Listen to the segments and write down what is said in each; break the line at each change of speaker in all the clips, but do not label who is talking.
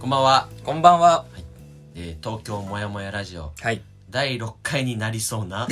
こんばんは、
こんばんは。
えー東京もやもやラジオ
はい。
第6回になりそうな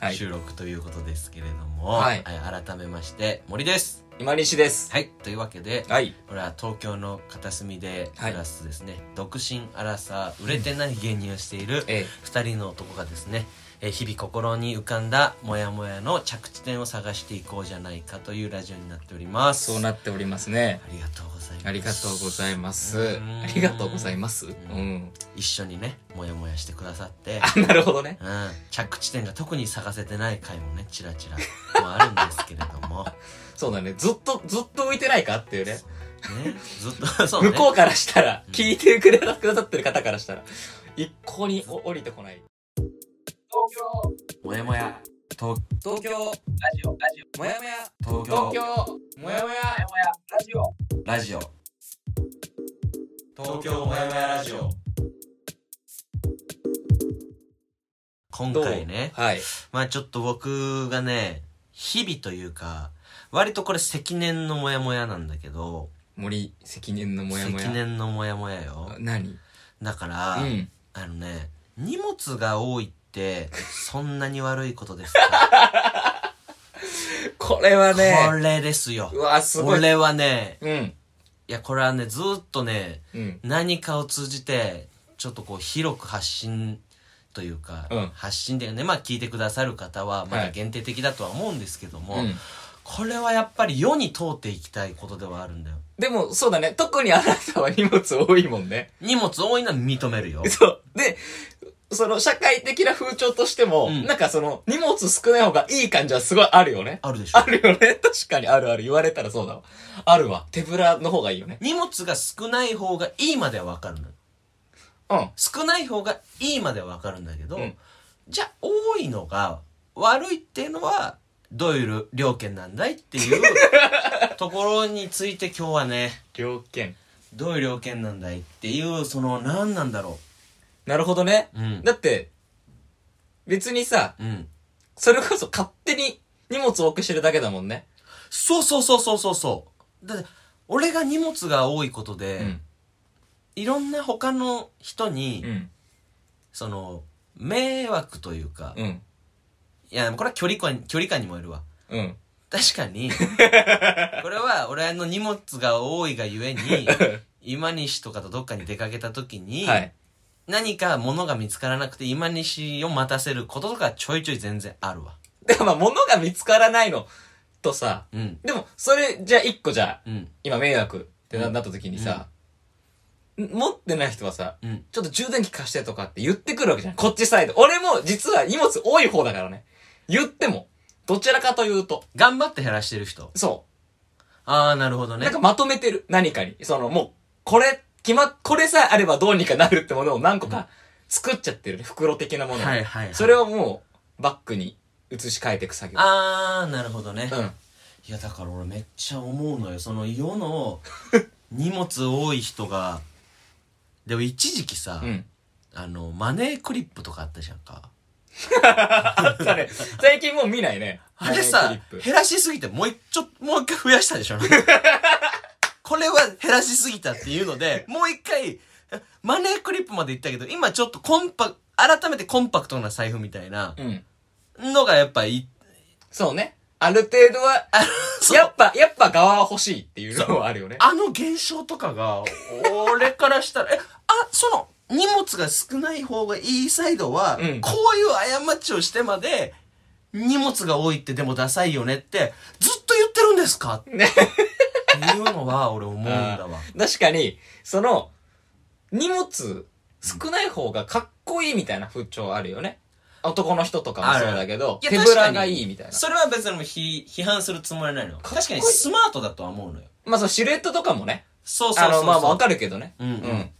はい
収録ということですけれども、
はい
はい改めまして森です
今西です。
はいというわけで
はい。
俺は東京の片隅で
は
暮
い
らすですね、独身アラサー売れてない芸人をしている
え
2人の男がですねえー日々心に浮かんだモヤモヤの着地点を探していこうじゃないかというラジオになっております
そうなっておりますね。
ありがとうございます
ありがとうございます。
うん
ありがとうございます。うん。
一緒にねモヤモヤしてくださって
あ、 なるほどね。
うん、着地点が特に探せてない回もねチラチラもあるんですけれども、ね、
そうだね。ずっと、ずっと浮いてないかっていう ね。
ずっとそうね
向こうからしたら、
うん
聞いてくれたくださってる方からしたら、一向にお降りてこない。
もやもや東
東京、ラジオ、ラジオ、もやもや、
東
東京、もやもや、ラジオ。
ラジオ東京もやもやラジオ今
どう
回ね
はい。
まあちょっと僕がね日々というか割とこれ積年のモヤモヤなんだけど
森、積年のもやも
積
や。
年のモヤモヤよ
何
だか
う
ら、
ん。
あのね、荷物が多いって、そんなに悪いことですか
これは
こ
ね、
れですよ
う。わ、すごい。
俺はね、
うん。
いや、これはね、ずーっとね、
うん。
何かを通じて、ちょっとこう、広く発信というか、
うん
発信でね、まあ聞いてくださる方は、ま
は
だ
い
限定的だとは思うんですけども、
うん。
これはやっぱり世に通っていきたいことではあるんだよ。
でも、そうだね。特にあなたは荷物多いもんね。
荷物多いのは認めるよ。
そう。で、その社会的な風潮としても、
うん
なんかその荷物少ない方がいい感じはすごいあるよね。
あるでしょ
あ。るよね。 確かにあるある。言われたらそうだわ。あるわ。手ぶらの方がいいよね。
荷物が少ない方がいいまではわかるのよ。
うん。
少ない方がいいまではわかるんだけど、
うん
じゃあ多いのが悪いっていうのはどういう料金なんだいっていう ところについて今日はね
条件。
どういう料金なんだいっていうその何なんだろ
なるほどね。
ううん
だって、別にさ、
うん
それこそ勝手に荷物多くしてるだけだもんね。
そうそうそうそうそうそうだって俺が荷物が多いことで、
うん。
いろんな他の人に、
うん。
その迷惑というか、い
うん。
やこれは距離感距離感にもよるわ
うん。
確か にこれは俺の荷物が多いがゆ えに今西とかとどっかに出かけた時に、
はい。
何か物が見つからなくて今西を待たせることとかちょいちょい全然あるわ
でもまあ物が見つからないのとさ、
うん
でも、それ、じゃあ一個じゃあ、
うん
今迷惑ってななった時にさ、ん持ってない人はさ、
うん
ちょっと充電器貸してとかって言ってくるわけじゃん。こっちサイド。俺も実は荷物多い方だからね。言っても。どちらかというと。
頑張って減らしてる人
そ
ああなるほど
う。
ね
なんかまとめてる。何かに。その、もう、これ、決まっ、これさえあればどうにかなるってものを何個か作っちゃってるね。袋的なものを。
はいはい、はい、
それをもう、バッグに移し替えていく作業。
ああなるほどね、
う
い
ん。
やだから俺めっちゃ思うのよその世 の荷物多い人がでも一時期さ、
うん。
あのマネークリップとかあったじゃんか
あったね。最近もう見ないね。
あれ
マ
さ
ネークリップ
減らしすぎてもう一ちょもう一回増やしたでしょ これは減らしすぎたっていうの でもう一回マネークリップまで行ったけど今ちょっとコンパ改めてコンパクトな財布みたいな
うん。
のがやっぱい
そうね。ある程度は、
あのそう
やっぱ、やっぱ側は欲しいっていうのはあるよね。
あの現象とかが俺からしたらえあその荷物が少ない方がいいサイドは、
うん
こういう過ちをしてまで荷物が多いってでもダサいよねってずっと言ってるんですかって
ね
いうのは俺思うんだわ。
確かに、その、荷物少ない方がかっこいいみたいな風潮あるよね。男の人とかもそうだけど、
いや
手ぶらがいいみたいな。
それは別にもう批批判するつもりはないのよ
かっこいい
確かにスマートだとは思うのよ
まあそのシルエットとかもね。
そうそうそ
あ
うそう
の、まあまあわかるけどね。
うんうん
うん。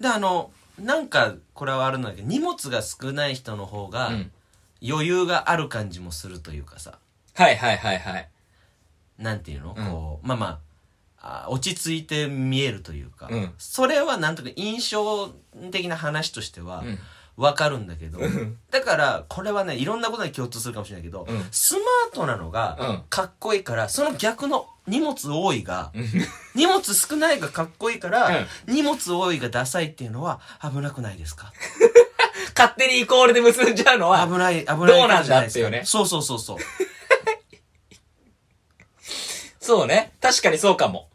であのなんかこれはあるんだけど荷物が少ない人の方が
うん
余裕がある感じもするというかさ
はいはいはいはい。
なんていうの、
うん
こうまあまああ落ち着いて見えるというか、
うん
それはなんとか印象的な話としては
うん
わかるんだけど、
ん
だからこれはねいろんなことに共通するかもしれないけど、
うん
スマートなのが
うん
かっこいいからその逆の荷物多いが、荷物少ないがかっこいいから、荷物多いがダサいっていうのは危なくないです か
勝手にイコールで結んじゃうのは、
危ない、危ない
どうなんだっていうね
そうそうそうそう。
そうね。確かにそうかも。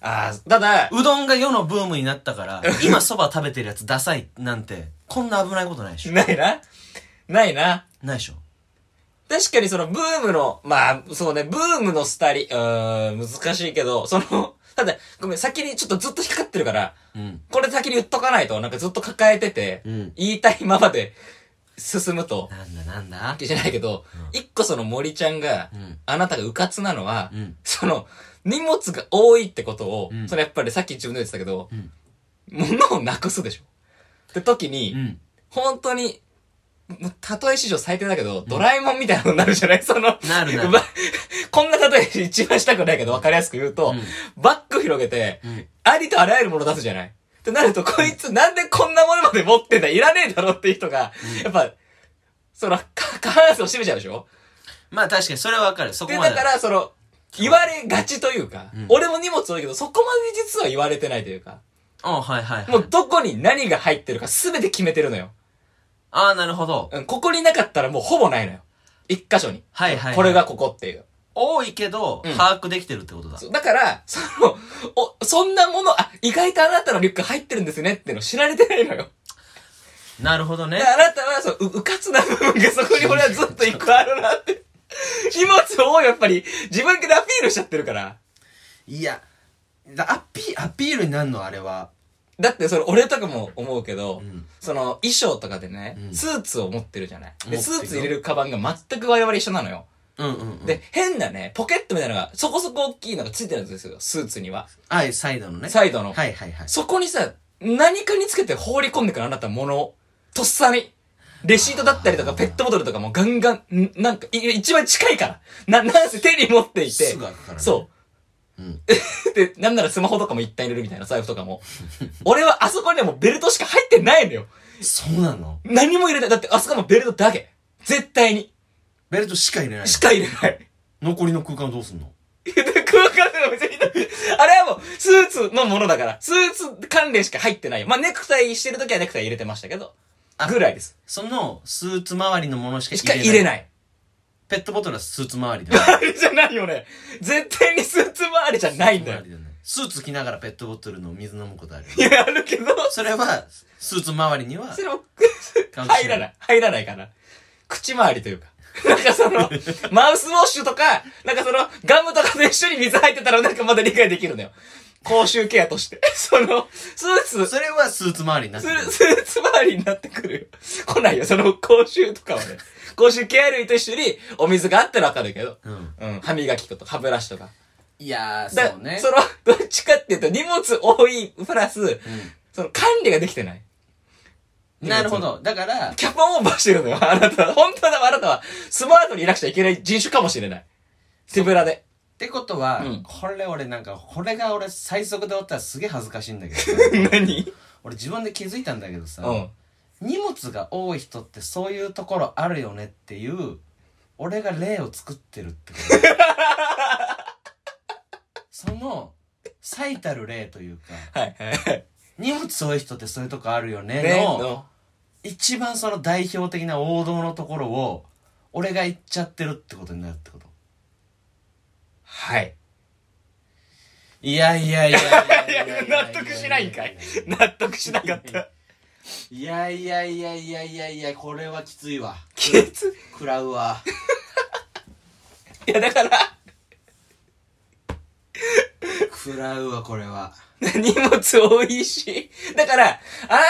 ああ、ただ、
うどんが世のブームになったから、今そば食べてるやつダサいなんて、こんな危ないことないでしょ。
ないな。ないな。
ないでしょ。
確かにそのブームの、まあ、そうね、ブームのスタリ、うーん、難しいけど、その、 ただ、ごめん、先にちょっとずっと引っかかってるから、
うん。
これ先に言っとかないと、なんかずっと抱えてて、
うん
言いたいままで進むと、
なんだなんだ
わけじゃないけど、一、個その森ちゃんが、
うん
あなたがうかつなのは、
うん
その、荷物が多いってことを、
うん
それやっぱりさっき自分で言ってたけど、
うん
物をなくすでしょ。って時に、
うん。
本当に、もう例え史上最低だけど、ドラえもんみたいなのになるじゃないその、
なるなる
うばこんな例え一番したくないけど、わかりやすく言うと、
うん
バッグ広げて、
うん
ありとあらゆるもの出すじゃないってなると、こいつなんでこんなものまで持ってんだいらねえだろっていう人が、やっぱ、その、か、過半数を占めちゃうでしょ
まあ確かにそれはわかる。そこ
で、
ま
だ
で。
から、その、言われがちというか、
うん
俺も荷物多いけど、そこまで実は言われてないというか、
うん、はいはいはい。
もうどこに何が入ってるか全て決めてるのよ。
ああ、なるほど。
うん、ここになかったらもうほぼないのよ。一箇所に。
はいはいはい
これがここっていう。
多いけど、
うん
把握できてるってことだ。
そうだから、その、お、そんなもの、あ、意外とあなたのリュック入ってるんですねっていうの知られてないのよ。
なるほどね
で。あなたは、そう、う、うかつな部分がそこに俺はずっと一個あるなって。 荷物をやっぱり自分からアピールしちゃってるから。
いや、だアピ、アピールになるのあれは。
だってそれ俺とかも思うけど、
ん
その衣装とかでね、
うん
スーツを持ってるじゃない。
持ってる
で、
よ
スーツ入れるカバンが全く我々一緒なのよ。
うんうん、うん。
で、、変なね、ポケットみたいなのがそこそこ大きいのがついてるんですよ、スーツには。
はい、サイドのね。
サイドの。
はいはいはい。
そこにさ、何かにつけて放り込んでくるあなたものを。とっさに。レシートだったりとか、ペットボトルとかもガンガン、んなんか、い一番近いから。な、なんせ手に持っていて。
すぐ開くからね。
そう
うん。
う。 で、なんならスマホとかも一旦入れるみたいな、財布とかも。俺はあそこにはもうベルトしか入ってないのよ。
そうなの
何も入れない。だってあそこはもうベルトだけ。絶対に。
ベルトしか入れない
しか入れない。
残りの空間どうすんの
空間でも別に、あれはもう、スーツのものだから、スーツ関連しか入ってないよ。まあ、ネクタイしてる時はネクタイ入れてましたけど、ぐらいです。
その、スーツ周りのものしか
しか入れ
い。
ない。
ペットボトルはスーツ周りだよ。
あれじゃないよね。絶対にスーツ周りじゃないんだよ。
スーツ着ながらペットボトルの水飲むことあるよ。
いや、あるけど、
それは、スーツ周りには
そ、れも、
関係ない
入らない。入らないから。口周りというか。なんかその、マウスウォッシュとか、なんかその、ガムとかと一緒に水入ってたらなんかまだ理解できるのよ。口臭ケアとして。その、スーツ、
それはスーツ周りになっ
ス
てる
ー。スーツ周りになってくるよ。来ないよ、その口臭とかはね。口臭ケア類と一緒にお水があったらわかるけど。
うん。
うん、歯磨き粉と歯ブラシとか。
いやー、
だ
そうね
そ。の、どっちかっていうと荷物多い、プラス、その管理ができてない。
なるほど。だから、
キャパオーバーしてるのよ、あなたは。本当は多分あなたは、スマートにいなくちゃいけない人種かもしれない。手ぶらで。
ってことは、
うん
これ俺なんかこれが俺最速で終わったらすげえ恥ずかしいんだけど
何
俺自分で気づいたんだけどさ、
うん。
荷物が多い人ってそういうところあるよねっていう俺が例を作ってるってこと その最たる例というか
はいはいはい。
荷物多い人ってそういうとこあるよね
ね
の一番その代表的な王道のところを俺が言っちゃってるってことになるってこと
はい。
いやいやいや
いや、納得しないんかい。納得しなかった。
いやいやいやいやいやいやこれはきついわ
ケツ。
食らう わ
いや、だから、
食らうわこれは
荷物多いし。だから、あな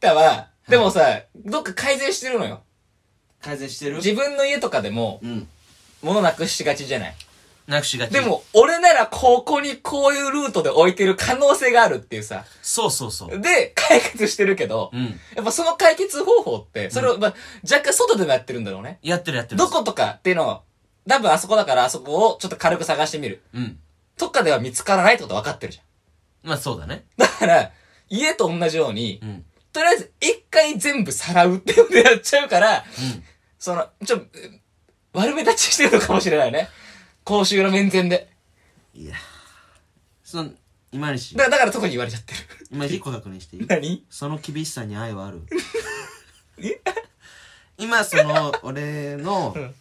たは、でもさ、どっか改善してるのよ。
改善してる
自分の家とかでも、
うん
物なくしがちじゃない。
なくしがち
でも、俺ならここにこういうルートで置いてる可能性があるっていうさ。
そうそうそう
で、解決してるけど、
うん
やっぱその解決方法って、それを、まあ、若干外でもやってるんだろうね。
やってるやってる
どことかっていうのを、多分あそこだからあそこをちょっと軽く探してみる。
うん
とかでは見つからないってこと分かってるじゃん。
まあそうだね
だから、家と同じように、
うん
とりあえず一回全部さらうっていうのでやっちゃうから、その、ちょ、悪目立ちしてるのかもしれないね。公衆の面前で。
いやその、今西、
だだから特に言われちゃってる。
今西一個確認していい
何
その厳しさに愛はある
え
今その、俺の
うん、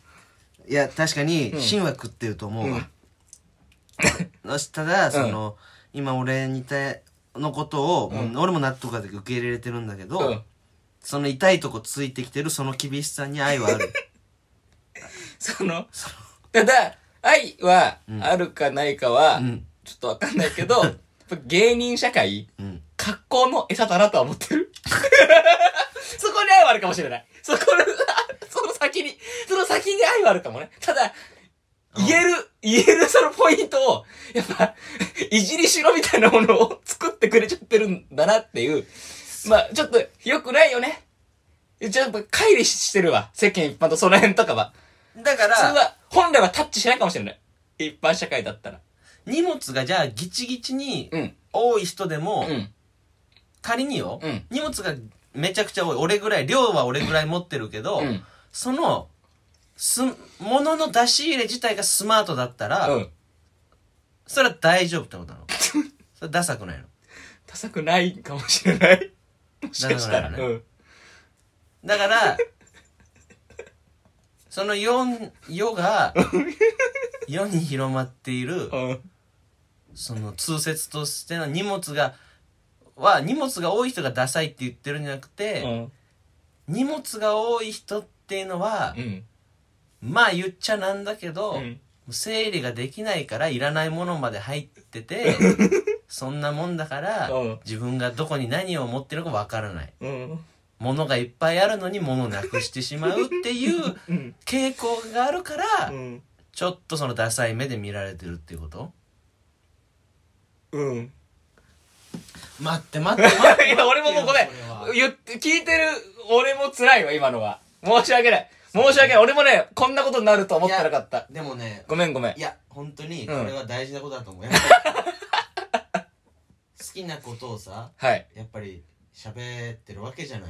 いや、確かに、
ん
芯は食ってると思うわ。そした
ん
ら、その、今俺に対、のことを、もう
うん
俺も納得ができて受け入れれてるんだけど、
うん。
その痛いとこついてきてるその厳しさに愛はあ る。
その、ただ、愛は
うん
あるかないかは、
うん
ちょっとわかんないけど、やっぱ芸人社会、
うん。
格好の餌だなとは思ってる。 そこに愛はあるかもしれない。そこの、 その先に、その先に愛はあるかもね。ただ、
うん
言える、言えるそのポイントを、やっぱ、 いじりしろみたいなものを 作ってくれちゃってるんだなっていう。まあ、ちょっと、良くないよね。ちょっと、乖離してるわ。世間一般とその辺とかは。
だか
普通
ら、
は、本来はタッチしないかもしれない。一般社会だったら。
荷物がじゃあギチギチに
うん。
多い人でも、
うん。
仮によ、
うん
荷物がめちゃくちゃ多い。俺ぐらい、量は俺ぐらい持ってるけど、
うん。
その、す、物の出し入れ自体がスマートだったら、
うん。
それは大丈夫って ことなの。それダサくないの。
ダサくないかもしれない。もしかした
ダサ
ら。
くないよ
うん。
だから、その世、世が、世に広まっている、
うん。
その通説としての荷物がは荷物が多い人がダサいって言ってるんじゃなく
う
て、
ん。
荷物が多い人っていうのは
う、ん。
まあ言っちゃなんだけど、
うん
整理ができないからいらないものまで入って てそんなもんだから、
うん
自分がどこに何を持ってるかわからない
うん。
物がいっぱいあるのに物をなくしてしまうっていう
うん。
傾向があるから、
うん。
ちょっとそのダサい目で見られてるっていうこと
うん。
待って待って待って
いや、俺ももうごめん
これは。
言って、聞いてる俺も辛いわ、今のは。申し訳ない。申し訳ない。俺もね、こんなことになると 思ってなかった。
でもね
ごめんごめん
い。や本当にこ
うん
れは大事なことだと思う、やっぱり 好きなことをさ
はい。
やっぱり喋ってるわけじゃない、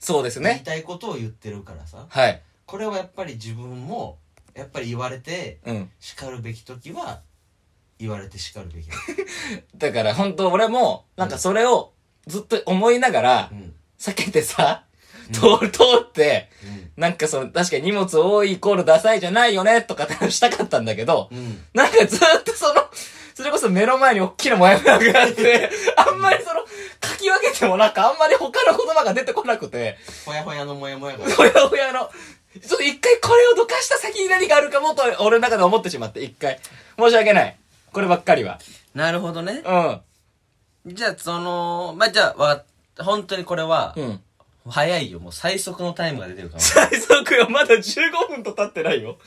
そうです
言い
ね。
たいことを言ってるからさ
はい。
これはやっぱり自分もやっぱり言われて
うん。
叱るべき時は言われて叱るべき だ、
だから本当俺も、なんかそれをずっと思いながら
う、ん
避けてさ、
うん
通る、通って、
うん
なんかその、確かに荷物多いイコールダサいじゃないよね、とかって話したかったんだけど、
うん
なんかずーっとその、それこそ目の前に大きなモヤモヤがあって、 あんまりその、書き分けてもなんかあんまり他の言葉が出てこなくて、
ほやほやのモヤモヤが
ほやほやの、ちょっと一回これをどかした先に何があるかもと俺の中で思ってしまって、一回。申し訳ない。こればっかりは。
なるほどね
うん。
じゃあそのまあじゃあわ本当にこれは、
うん。
早いよもう最速のタイムが出てるかも
最速よ、まだ15分と経ってないよ。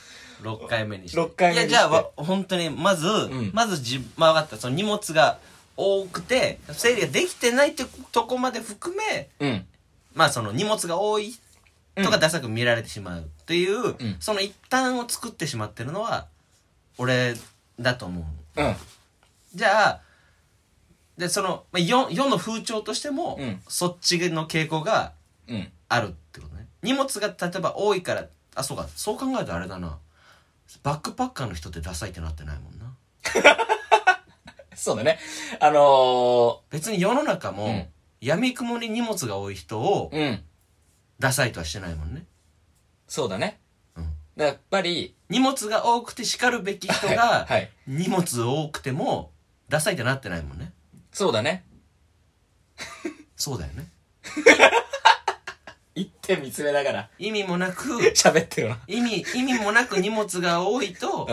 6回目にして
六回目にして
いやじゃあわ本当にまず、
ん
まずじまあ分かったその荷物が多くて整理ができてないってとこまで含め
うん。
まあその荷物が多いとかダサく見られてしまうっていう、
ん
その一端を作ってしまってるのは俺だと思う
うん。
じゃあでその、まあ、世世の風潮としても、
うん
そっちの傾向が
うん。
あるってことね荷物が例えば多いからあそうかそう考えるとあれだなバックパッカーの人ってダサいってなってないもんな
そうだね。あの
別に世の中も、
うん
闇雲に荷物が多い人を
ー、うん。
ダサいとはしてないもんね
そうだね。
うん
だからやっぱり、
荷物が多くて叱るべき人
は
が
いはい。
荷物多くてもダサいってなってないもんね
そうだね。
そうだよね
一点見つめながら
意味もな く
喋ってるな。
意味意味もなく荷物が多い と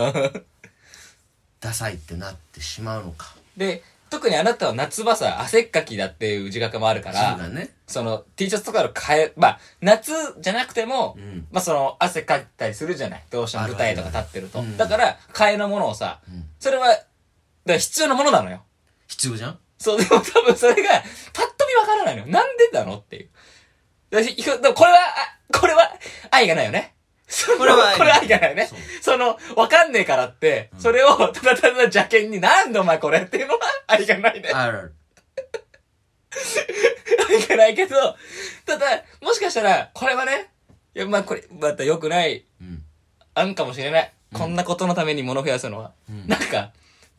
ダサいってなってしまうのか
で、特にあなたは夏場さ、汗っかきだっていう自覚もあるか
そう
ら、
だね
その T シャツとかの変え、まあ、夏じゃなくても、
うん
まあその汗かいたりするじゃない。どうしても舞台とか立ってると。
あるあるある
だから、替えのものをさ、
うん
それは、だから必要なものなのよ。
必要じゃん
そう、でも多分それが、パッと見わからないのよ。なんでなのっていう。だしいくでもこれは、あこれは、愛がないよね。その
これは愛
これ愛がないよね
そう。
その、わかんねえからって、
うん
それを、ただただ邪険に、なんでお前これっていうのは、愛がない ね。
あるある
愛がないけど、ただ、もしかしたら、これはね、いや、まあこれ、また良くない
うん
案かもしれない。こんなことのために物増やすのは、
うん
なんか、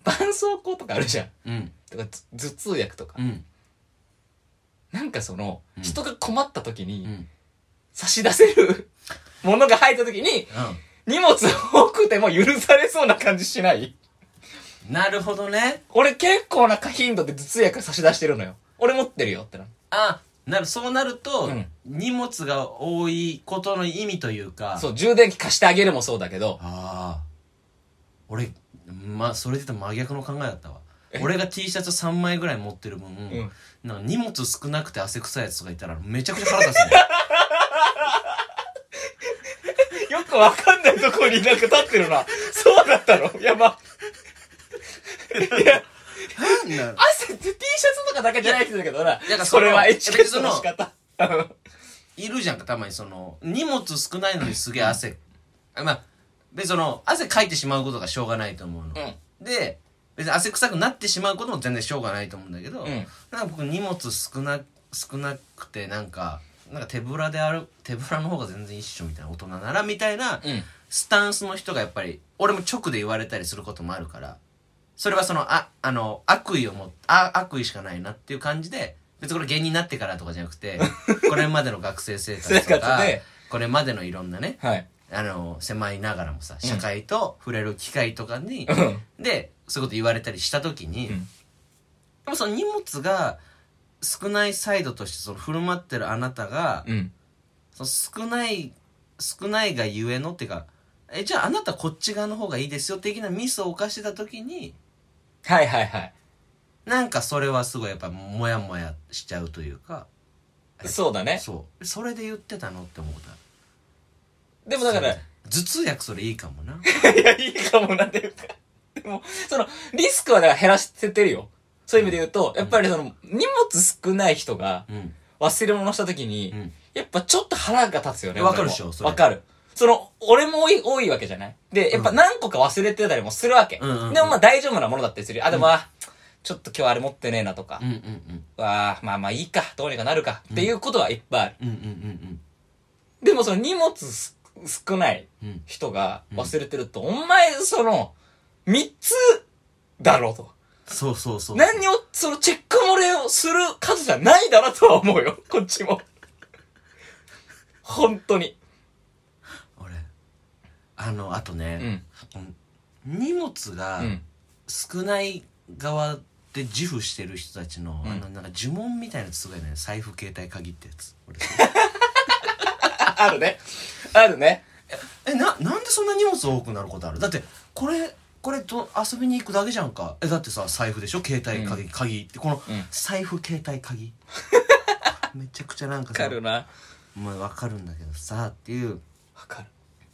絆創膏とかあるじゃん。
うん。
とか、ず頭痛薬とか。
うん。
なんかその、
うん
人が困った時
う
に
ん。
差し出せるものが入った時に、荷物多くても許されそうな感じしない
なるほどね。
俺結構な頻度で頭痛薬差し出してるのよ。俺持ってるよってな。
あ、なる、そうなると、
うん
荷物が多いことの意味というか。。
そうう、充電器貸してあげるもそうだけど、
ああ。俺、ま、それで言うと真逆の考えだったわ。俺が T シャツ3枚ぐらい持ってる分、
ん
なんか荷物少なくて汗臭いやつとかいたらめちゃくちゃ腹立つね。
よくわかんないとこになんか立ってるな。そうだったのやば。いや、
なんなの
汗って T シャツとかだけじゃない人だけどな。
や
それはエチケット
や
の
っ
仕
ぱ
方。
いるじゃんかたまにその荷物少ないのにすげえ汗あまあ別にその汗かいてしまうことがしょうがないと思うの、で別に汗臭くなってしまうことも全然しょうがないと思うんだけど、
うん
なんか僕荷物少な少なくてなんかなんか手ぶらである手ぶらの方が全然一緒みたいな大人ならみたいな、
うん。
スタンスの人がやっぱり俺も直で言われたりすることもあるからそれはそのああの悪意をもあ悪意しかないなっていう感じで別にこれ芸人になってからとかじゃなく てこれまでの学生生活とか
生活で
これまでのいろんなね
はい。
あの狭いながらもさ社会と触れる機会とかに、でそういうこと言われたりした時に、
うん
でもその荷物が少ないサイドとしてその振る舞ってるあなたが、
うん。
その少ない少ないがゆえのっていうかえじゃああなたこっち側の方がいいですよ的なミスを犯してた時に
はいはいはい。
なんかそれはすごいやっぱモヤモヤしちゃうというか
そうだね。
そうそれで言ってたのって思った
でもだから、
頭痛薬それいいかもな
いや、いいかもな、っていうか。でも、その、リスクはだから減らせてるよ。そういう意味で言うと、やっぱりその、荷物少ない人が
うん
忘れ物した時に、
うん
やっぱちょっと腹が立つよね。
わかる
俺も
でしょそれ
わかる。その、俺も多い、多いわけじゃないで、やっぱ何個か忘れてたりもするわけ。
うんうんうん
でもまあ大丈夫なものだったりするよ。あ、でも、あちょっと今日あれ持ってねえなとか
う、んうんうん
あまあまあいいか、どうにかなるか、っていうことはいっぱいある。
うんうんうん
でもその荷物す少ない
うんうん
人が忘れてると、お前その、三つだろうと。
そうそうそう
何を、そのチェック漏れをする数じゃないだなとは思うよ。こっちも。本当に。
俺あのあと
う
ね、
ん。
荷物が
うん。
少ない側で自負してる人たちの、
うん
あのなんか呪文みたいなやつすごいね財布携帯鍵ってやつ俺
ああるね。あるね。
えななんでそんな荷物多くなることあるだってこれこれど遊びに行くだけじゃんかえだってさ財布でしょ携帯鍵、鍵ってこの、
うん
財布携帯 鍵めちゃくちゃなんか
わかるな。わ
まあ、わかるんだけどさっていう
かる。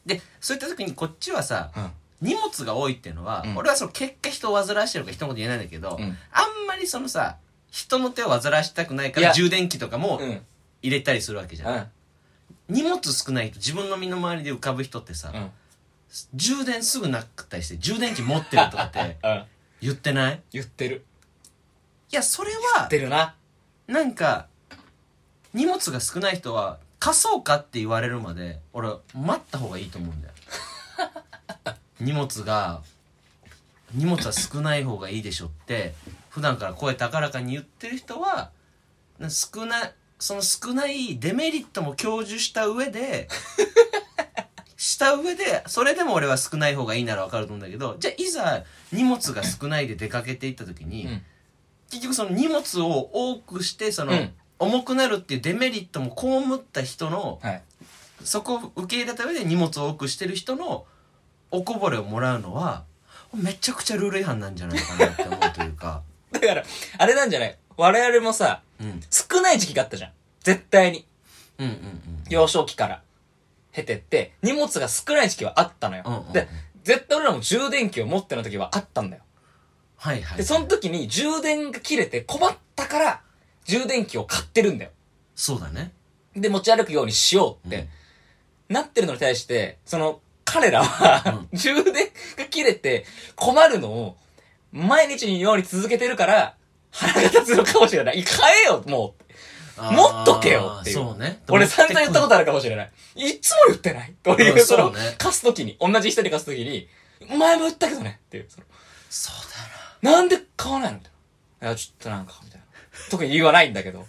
でそういった時にこっちはさ
うん。
荷物が多いっていうのは、
うん
俺はその結果人を煩わしてるから人のこと言えないんだけど、
うん
あんまりそのさ人の手を煩わしたくないか
い
ら
や
充電器とかも
うん。
入れたりするわけじゃん、
うん。
荷物少ない人自分の身の回りで浮かぶ人ってさ、
うん。
充電すぐなくったりして充電器持ってるとかって
うん。
言って ない
言ってる。
いやそれ
言
は
ってるな。
なんか荷物が少ない人は貸そうかって言われるまで俺待った方がいいと思うん だよ荷物が荷物は少ない方がいいでしょって普段から声高らかに言ってる人はな少ないその少ないデメリットも享受した上 でした上でそれでも俺は少ない方がいいならわかると思うんだけどじゃあいざ荷物が少ないで出かけていった時に、
うん
結局その荷物を多くしてその、
うん
重くなるっていうデメリットも被った人の
はい。
そこを受け入れた上で荷物を多くしてる人のおこぼれをもらうのはめちゃくちゃルール違反なんじゃないかなって思うという か
だから、あれなんじゃない我々もさ、
うんうん
少ない時期があったじゃん。絶対に。
うんうん
幼少期から。経てって、荷物が少ない時期はあったのよ。
うんうんうん
で、絶対俺らも充電器を持っての時はあったんだよ。
はいはい
で、その時に充電が切れて困ったから、充電器を買ってるんだよ。
そうだね
で、持ち歩くようにしようって、なってるのに対して、その、彼らは、充電が切れて困るのを、毎日のように続けてるから、腹が立つのかもしれない。買えよ、も
あー
持っとけよっていう
そうね
う。俺散々言ったこと
あ
あるかもしれない。いつも言ってない。という、
うん
その、
そうね
貸すときに、同じ人に貸すときに、前も言ったけどねっていう、その、
そう
なんで買わないのみたいな。いや、ちょっとなんか、みたいな。特に理由はないんだけど。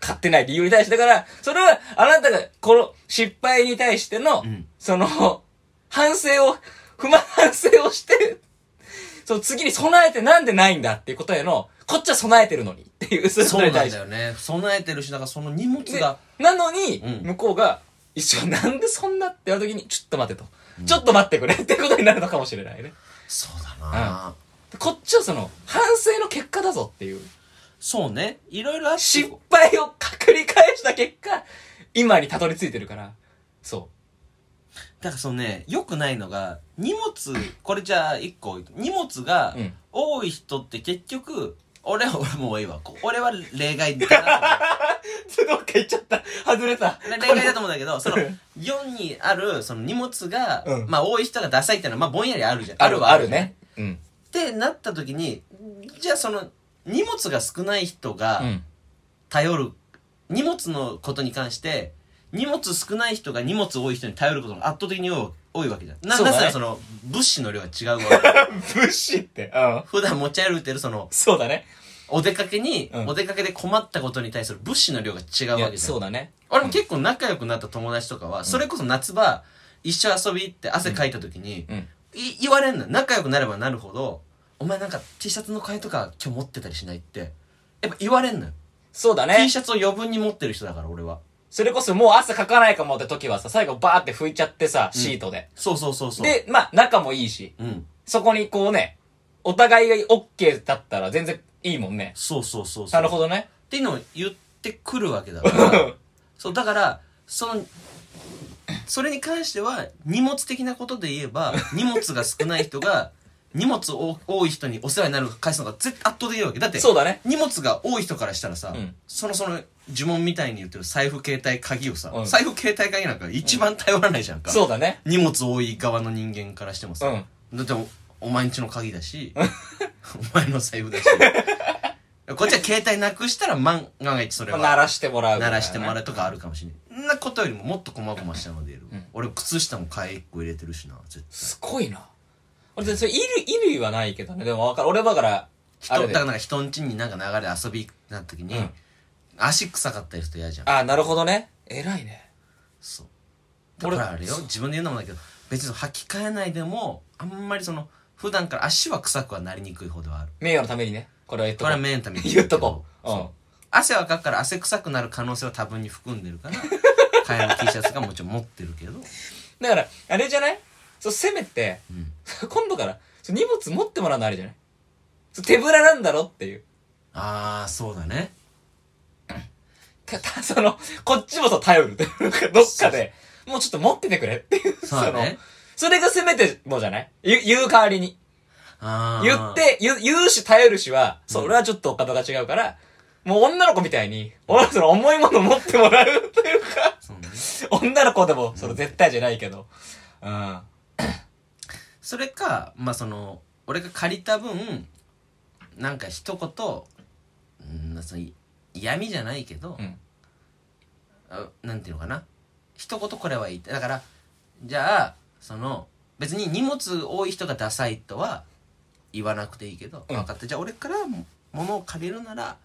買ってない理由に対して、だから、それは、あなたが、この失敗に対しての、
ん
その、反省を、不満反省をして、その次に備えてなんでないんだっていうことへの、こっちは備えてるのにって いう、そ
だな。そう
れに
なん
対
だ
して。
よね。備えてるし、だからその荷物
で
が。
なのに
うん、
向こうが、一緒になんでそんなって言われた時に、ちょっと待てと。ちょっと待ってくれってことになるのかもしれないね。
そうだな。
こっちはその、反省の結果だぞっていう。
そうね。いろいろあって。
失敗を繰り返した結果、今にたどり着いてるから。そ
だからそのね、良くないのが、荷物、これじゃあ一個、荷物が
うん
多い人って結局、俺は、俺もういいわ。こ俺は例外だ な
う。どっか行っちゃった。外れた
と思う。例外だと思うんだけど、その
うん
4にある、その荷物が、
うん
まあ多い人がダサいってのは、まあぼんやりあるじゃん。
ある
は
はある。ね。うん。
ってなった時に、じゃあその、荷物が少ない人が
うん。
頼る、荷物のことに関して、荷物少ない人が荷物多い人に頼ることが圧倒的に多い多いわけじゃん。な、
そうだ
な
ね
ぜならその、物資の量が違うわ。
武士って。うん。
普段持ち歩いてるその
そうだね。
お出かけに、
うん
お出かけで困ったことに対する物資の量が違う
い
わ
や
け、じゃ
そうんだね。
俺も結構仲良くなった友達とかは、それこそ夏場一緒遊び行って汗かいた時に、
うん。
い言われんのよ仲良くなればなるほどお前なんか T シャツの替えとか今日持ってたりしないってやっぱ言われんのよ
そうだ
T
ね。
シャツを余分に持ってる人だから俺は
それこそもう汗かかないかもって時はさ、最後バーって拭いちゃってさ、シートで。
そうそうそうそう
で、まあ、仲もいいし、
うん
そこにこうね、お互いが OK だったら全然いいもんね。
そうそうそうそう
なるほどね。
っていうのを言ってくるわけだ からそうだからそのそれに関しては荷物的なことで言えば荷物が少ない人が 荷物を多い人にお世話になる回数の方が絶対圧倒的いわけだって
そうだね。
荷物が多い人からしたらさ、
うん
そのその呪文みたいに言ってる財布携帯鍵をさ、
うん
財布携帯鍵なんか一番頼らないじゃんか、
そうだね。
荷物多い側の人間からしても
う
さ、
ん。
だっておお前んちの鍵だしお前の財布だしこっちは携帯なくしたら万が一それは
鳴らしてもらう、
鳴らしてもらうとかあ
る。
るかもしれないんなことよりももっと細々したのでいる、
うん
俺靴下も替え1個入れてるしな絶
すごいな。俺、でそれ、衣類、衣類はないけどね。でもわかる。俺だから、あ
対
れ
人だ
で
からなんか人んちになんか流れで遊びになった時に、
うん
足臭かったりすると嫌じゃん
あ、なるほどね。偉いね。
そうだか
俺
らあれよ自分で言うのもだけど別にその履き替えないでもあんまりその普段から足は臭くはなりにくいほどはある
名誉のためにね。これは言っ
こ
とこ
れは
う。
メンタルに
言っとこう。うん。
汗はかくから汗臭くなる可能性は多分に含んでる から替えの T シャツがもちろん持ってるけど、
だから、あれじゃないそう、せめて、
うん、
今度から、そう荷物持ってもらうのあれじゃないそう手ぶらなんだろっていう。
ああそうだね
た、た、 その、こっちもそう、頼ると いうか、どっかで、もうちょっと持っててくれっていう。
そうだね
その、それがせめてもじゃない言う、言う代わりに。
あー
言って、言う、言うし頼るしは、
うん
それはちょっとお方が違うから、もう女の子みたいに、俺はその重いもの持ってもらうというか、
そうね
女の子でも、その絶対じゃないけど。うん。
それかまあその俺が借りた分なんか一言うんまあその嫌味じゃないけど、
うん
あなんていうのかな一言これは言ってだからじゃあその別に荷物多い人がダサいとは言わなくていいけど、
うん
分かったじゃあ俺からも物を借りるなら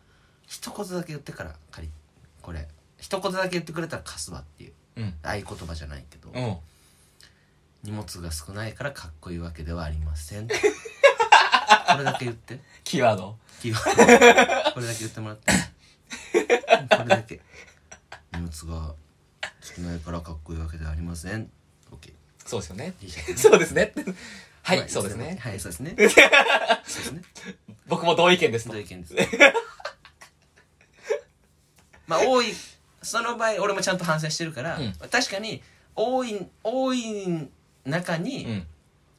一言だけ言ってから借りこれ一言だけ言ってくれたら貸すわっていう
うん。
合言葉じゃないけど、
うん。
荷物が少ないからかっこいいわけではありませんこれだけ言って
キーワード。
キーワードこれだけ言ってもらってこれだけ荷物が少ないからかっこいいわけではありません OK
そうですよね。
T シャツ
そうですね。はい、そうですね。
はいそうですねそうですね
僕も同意見です
そ
と
ういう。意見ですまあ多いその場合俺もちゃんと反省してるから、
うん
確かに多い多い中に、
うん。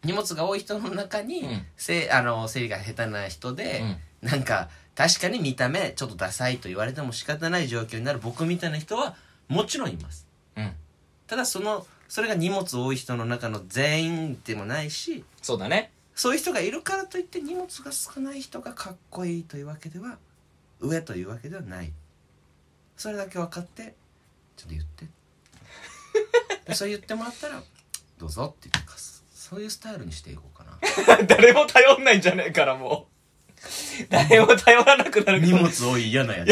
荷物が多い人の中に、
うん
せあの整理が下手な人で、なんか確かに見た目ちょっとダサいと言われても仕方ない状況になる僕みたいな人はもちろんいます
うん。
ただそのそれが荷物多い人の中の全員でもないし
そうだね。
そういう人がいるからといって荷物が少ない人がかっこいいというわけでは上というわけではないそれだけ分かってちょっと言ってでそれ言ってもらったらどうぞって言ってかすそういうスタイルにしていこうかな
誰も頼んないんじゃねえから、もう。 誰も頼らなくな る
荷物多い嫌なやつ。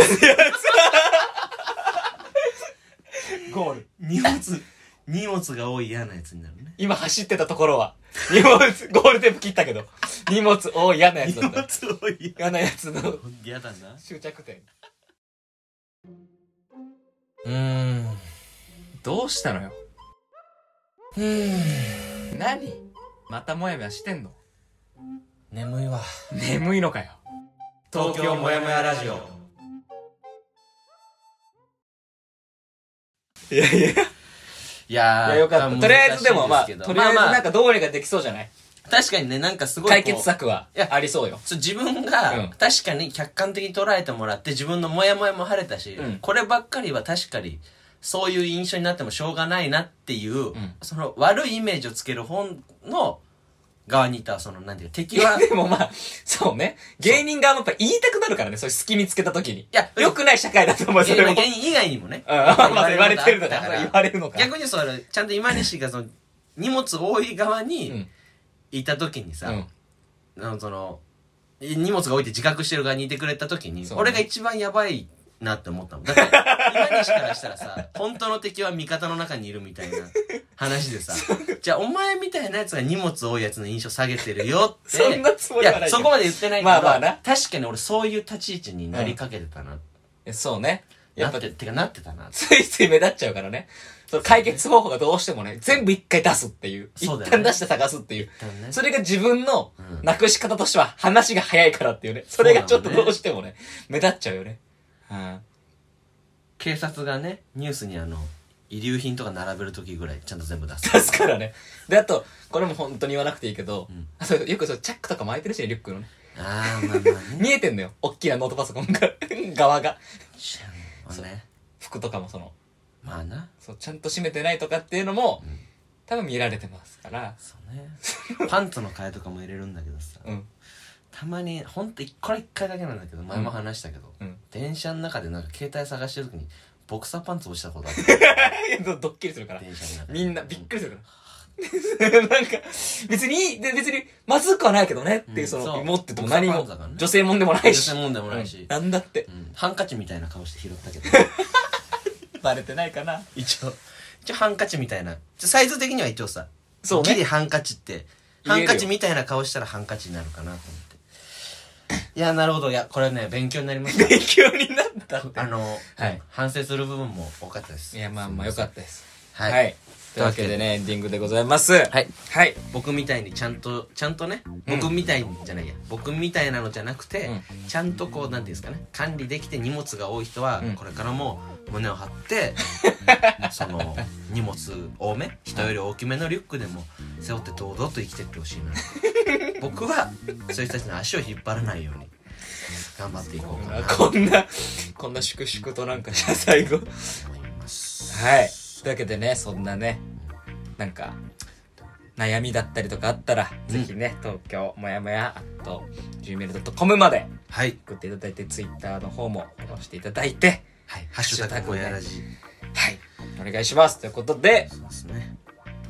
ゴール。
荷物、荷物が多い嫌なやつになるね。
今走ってたところは、荷物、ゴールテープ切ったけど、荷物多い嫌なや
荷
つだっ
物
た。
多い
嫌なやつの
嫌だな。
終着点。
うーん。
どうしたのよ。
うーん。
何またもやもやしてんの
眠いわ。
眠いのかよ。
東京もやもやラジオ。
いやい
い
や。
や
いや
ー、
よかった。とりあえずでもまあ、
難
と
しい
りあ
ですけ
えず
ど
なんかどうにかできそうじゃない
確かにね、なんかすごいこう
解決策はい
や
ありそうよ。
そう自分
うん
が確かに客観的に捉えてもらって自分のモヤモヤも晴れたし、
うん
こればっかりは確かにそういう印象になってもしょうがないなっていう、
ん
その悪いイメージをつける本の側にいたそのなんていうか敵 は
でもまあ、そうね。芸人側もやっぱ言いたくなるからね、そういう隙見つけた時に。い
や
良くない社会だと思う、それも。
芸人以外にもね、
うんまあまあ言われてるのか
だから
言われるのか
逆にそれちゃんと今西がその荷物多い側
う
に
ん
いた時にさ、
うん
あのその荷物が置いて自覚してる側にいてくれた時に、
そうね
俺が一番やばいなって思ったもんだって今西からしたら さ本当の敵は味方の中にいるみたいな話 でさじゃあお前みたいなやつが荷物多いやつの印象下げてるよって
そんなつもりはない
や
けど
そこまで言ってないけど
まあまあな
確かに俺そういう立ち位置になりかけてたな、
えそうね。や
な
っぱ
って、てかなってたな
ついつい目立っちゃうからね。その解決方法がどうしてもね、全部一回出すっていう。一
そうだよね
旦出して探すっていう。
だね
それが自分の
うん
なくし方としては話が早いからっていうね。それがちょっと
そうだ
ど
ね
うしてもね、目立っちゃうよね。うん。
警察がねニュースにあの遺留品とか並べる時ぐらいちゃんと全部出 す
出すからね。で、あと、これも本当に言わなくていいけど、
ん
あそうよくそうチャックとか巻いてるしね、リュックのね。
ああまあまあね
見えてんのよ。大きなノートパソコンが、 側が。
知らんもんね
服とかもその、
まあな
そう、ちゃんと閉めてないとかっていうのも、多分見られてますから。
そうね パンツの替えとかも入れるんだけどさ
うん。
たまにほんとこれ一回だけなんだけど前も話したけど、
うん
電車の中でなんか携帯探してる時にボクサーパンツ落ちたことあっ
いやドッキリするから
た。電車の中で
みんなびっくりする から。なんか、別に、で別に、まずくはないけどねっていうう、
ん
その、
そう
持ってても何
ボ
も
クサーパンツだから、ね
女性もんでもない
女
し
性。もんでもないし、
なんだって
う、んハンカチみたいな顔して拾ったけど
バレてないかな。
一応一応ハンカチみたいなサイズ的には一応さ
そう
ギリ
ね。
ハンカチって
言え
ハ
る
ン
よ
カチみたいな顔したらハンカチになるかなと思っていやなるほどいやこれね勉強になりま した
勉強になったって
あ。の、
はい
反省する部分も多かったです
いや、まあまあ、よかったです。
はい、。
というわけでね、エンディングでございます。はいはい。
僕みたいにちゃんとちゃんとね、
うん
僕みたいじゃないや僕みたいなのじゃなくて、
う
ちゃんとこうなんていうんですかね管理できて荷物が多い人は
うん
これからも胸を張 って、その荷物多め人より大きめのリュックでも背負って堂々と生きてってほしいな 僕はそういう人たちの足を引っ張らないように頑張っていこうかなと
こんな、こんな粛々となんかした最後。
思います
はい。というわけでね、そんなね、なんか、悩みだったりとかあったら、
うん
ぜひね、東京もやもや、あと、gmail.com まで
はい
送っていただいて、Twitter の方もフォローしていただいて、
はいハッシュタグをやらじ
はい。お願いします。ということで、
そうですね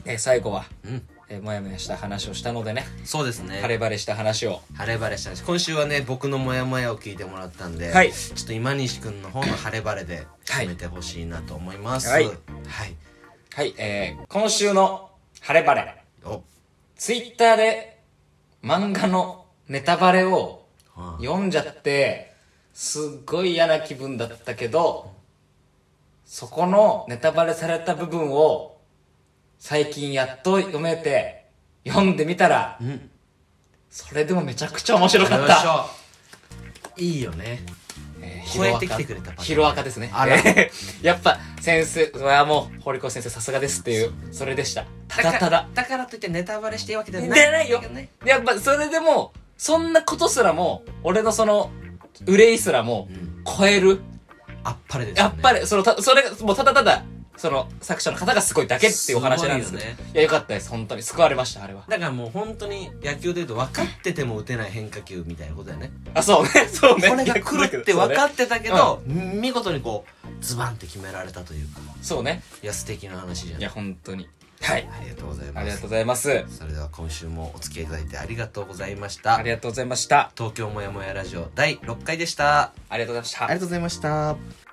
えー最後は、
うん
えーもやもやした話をしたのでね、
そうですね
晴れ晴れした話を、
晴れ晴れしたんです今週はね僕のモヤモヤを聞いてもらったんで、
はい
ちょっと今西君の方の晴れ晴れで
はい
締めてほしいなと思います
はい
はい
はい、えー今週の晴れ晴れ。
お
ツイッターで漫画のネタバレを
は
読んじゃって、すっごい嫌な気分だったけど、そこのネタバレされた部分を最近やっと読めて、読んでみたら
あ、うん
それでもめちゃくちゃ面白か
よ
っ。
いしたょいいよね
えー
超えてきてくれたパターン
ヒロアカですね。
あら
えー やっぱ先生、うわもう、堀越先生さすがですっていう、それでした。ただただ。
だからといってネタバレしてるわけではない
出ないよ
ね
やっぱそれでも、そんなことすらも、俺のその、憂いすらも
うん、
超える。
あっぱれですよ
や
ね
っぱり、その、たそれが、もうただただ、その、作者の方がすごいだけっていうお話なんですけど
すごいよね
いや、よかったです。本当に。救われました、あれは。
だからもう本当に野球でいうと分かってても打てない変化球みたいなことだよね
あ、そうね。 そうね。
これが来るって分かってたけ
そ
ど、見事にこうズバンって決められたというか
そうね。
いや素敵な話じゃ
い
ない
や、本当に。はい。
ありがとうござい
あ
ま
りがとう
す
ございます。
それでは今週もお付き合いいただいてありがとうございまし
あ
た
りがとうございました。
東京もやもやラジオ第6回でした
ありがとうございました
あり。がとうございました